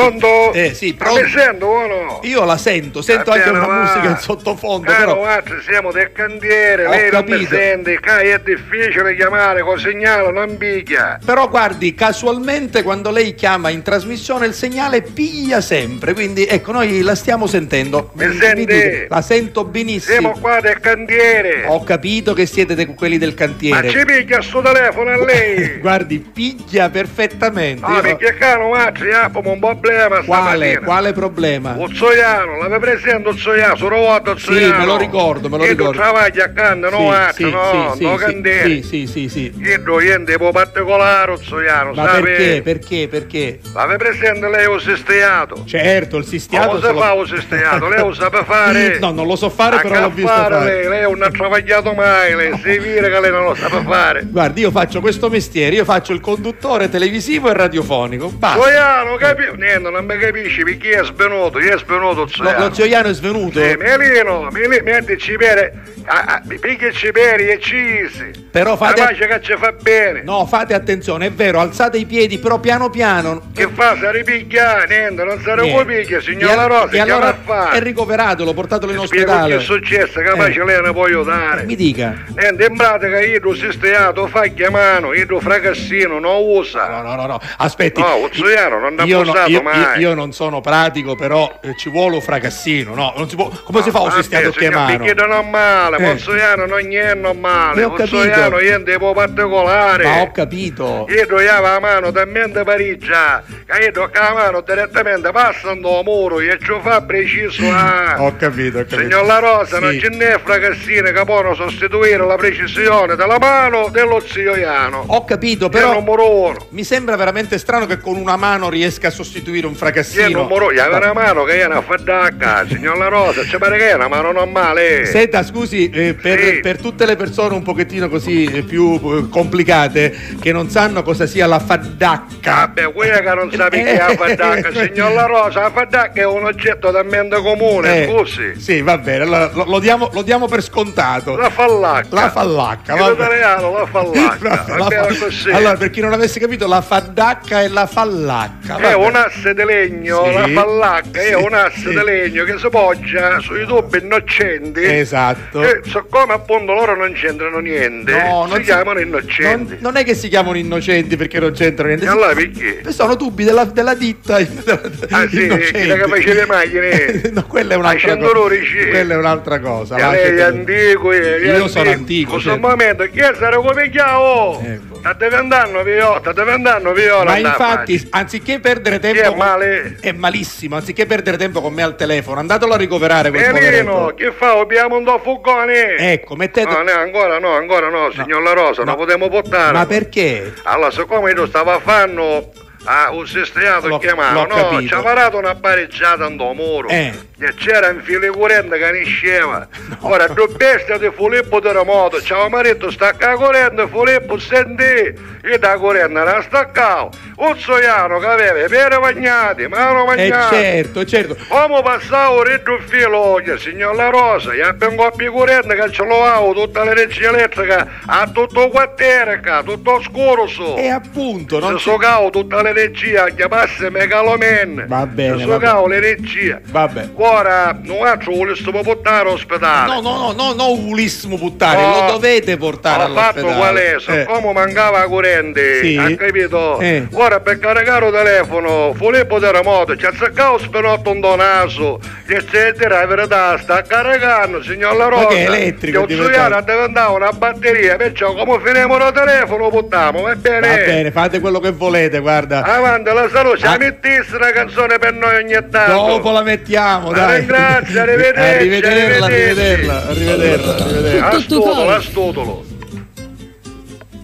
Pronto? Eh, sì, Ma mi pronto. sento o no? Io la sento, sento Va anche bene, una va. musica in sottofondo, Caro però. Mazzi, siamo del cantiere, Ho lei non mi capito. sente, cai è difficile chiamare, col segnale non piglia. Però guardi, casualmente quando lei chiama in trasmissione il segnale piglia sempre, quindi ecco, noi la stiamo sentendo. Mi sente? dite, la sento Siamo benissimo. qua del cantiere, Ho capito che siete de- quelli del ma ci cantiere. piglia sto telefono a lei. Guardi, piglia perfettamente. Ah, Io- perché caro Mazzi abbiamo un problema Quale, stamattina. quale problema? Oh, Uzzoiano, la vi presento Uzzoiano, sono vado Uzzoiano. me lo ricordo, me lo Io ricordo. travaglio accanto, no Mazzi, no, sì, no sì, cantiere. sì, sì, sì, sì. Io niente, un po' particolare Uzzoiano, Ma sapete? perché? Perché? Perché? La vi presento lei un sisteato. Certo, il sistiato... Come se si lo- fa un sisteato? Lei lo sa fare? No, non lo so fare, A però l'ho visto caffare fare. Lei, lei non ha travagliato mai, lei si vira che lei non lo sa fare. Guardi, io faccio questo mestiere, io faccio il conduttore televisivo e radiofonico. Basta. Zoiano, capisci? Niente, non mi capisci perché è svenuto, io è svenuto Lo, Zoiano. lo zioiano è svenuto, Sì, Melino, Meli- metti ci pere, a- a- perché ci pere e cisi. però La fate, pace che ci fa bene. no, fate attenzione, è vero, alzate i piedi, però piano piano. Che fa? Se ripiglia, niente, non se Niente. ripiglia, E signora al- Rosa, e che va a allora è fare? ricoveratelo, portatelo in Spiego che è ospedale. successo, capace Eh. lei ne può aiutare. Mi dica. Niente, in pratica io tu sisteato, fa chiamano, io tu fracassino, non usa. No, no, no, no, aspetti. No, Uzzoiano non l'ha io, no- usato io- mai. io- io non sono pratico, però eh, ci vuole un fracassino, no? Non si può, Ah, come si fa un sistiato chiamano? Perché non è male, Eh. Pozzoiano non niente Ne male, ho capito. Pozzoiano niente di particolare. Ma ho capito. Io togliavo la mano talmente pariggia che io toccavo la mano direttamente passando a muro e ci fa preciso a... Ho capito, ho capito. Signor La Rosa, non Sì. ce n'è fracassine che possono sostituire la precisione della mano dello zio Iano. Ho capito, Io Oh, però numero uno. mi sembra veramente strano che con una mano riesca a sostituire un Io fracassino. numero uno. Aveva una mano che era fattacca, signor La Rosa, ci pare che è una mano normale. Senta, scusi, eh, per, Sì. per tutte le persone un pochettino così eh, più eh, complicate che non sanno cosa sia la faddacca. Vabbè, quella che non sa perché è la fattacca, signor La Rosa, la fattacca è un oggetto talmente comune, Eh, scusi. Sì, va bene, allora lo, lo diamo, lo diamo per scontato. La fallacca. La fallacca, In vabbè. italiano la La- fallacca. la va bene fa- così. Allora, per chi non avesse capito, la faddacca e la fallacca. È vabbè. un asse di legno, Sì. la fallacca è Sì, un asse sì. di legno che si poggia sui tubi innocenti. Esatto. E siccome appunto loro non c'entrano niente, No, si non chiamano innocenti. Non, non è che si chiamano innocenti perché non c'entrano niente. E si- allora perché? Sono dubbi della, della ditta. della- Ah, sì, innocenti. quella che faceva le macchine. no, quella è un'altra Facendo cosa. loro i ceri. Quella è un'altra cosa. E lascia lei è perdere. antico, eh, è Io sono antico, In questo certo. momento, chi è sarà come chiavo? Ecco. Sta diventando viola, sta diventando viola. Ma andava. infatti, anziché perdere chi è tempo. con- male? È malissimo, anziché perdere tempo con me al telefono, andatelo a ricoverare quel Melino, poveretto. Eh, che fa? Abbiamo un do fuggone. Ecco, mettete. No, no, ancora no, ancora no, signor La Rosa, No. non potremmo portare. Ma perché? Allora, siccome io stavo a fanno a un sestriato L'ho- chiamato, l'ho no, capito. ci ha parato una pareggiata a muro. Eh. E c'era un file corrente che ne scema. Ora, due bestie di Filippo Terremoto, c'è un marito stacca la corrente, Filippo senti, e da corrente era staccato. Un soiano che aveva i piedi bagnati, mano Eh bagnate. certo, certo. Come passavo retto il filo, che signor La Rosa, e abbiamo coppia corrente che ce lo ha, tutta l'energia elettrica, a tutto quartiere, ca, tutto scuro so. E appunto, non Se so. socavo tutta l'energia, chiamasse megalomen. Va bene, Se va socavo l'energia. Vabbè. Ora, non altro volessimo portare all'ospedale. No, no, no, no, no, ulissimo puttane, No. lo dovete portare Ho all'ospedale. Oh, fatto qual è, Eh. siccome mancava la corrente, Sì. ha capito? Eh. Ora per caricare il telefono, Filippo Terremoto ci ha azzeccato spenotto un donaso, che se tira la verità, sta caricando, signor La Rosa. Ma che è elettrico, è Che un diventato. ha diventato una batteria, perciò come finiamo il telefono, buttiamo, va bene? Va bene, fate quello che volete, guarda. Avanti la salute, ci Ah. mettessi una canzone per noi ogni tanto. Dopo la mettiamo, La dai. Eh, ringrazio, arrivederci, Arrivederla, arrivederci. arrivederla, arrivederla, arrivederla. Astutolo, astutolo.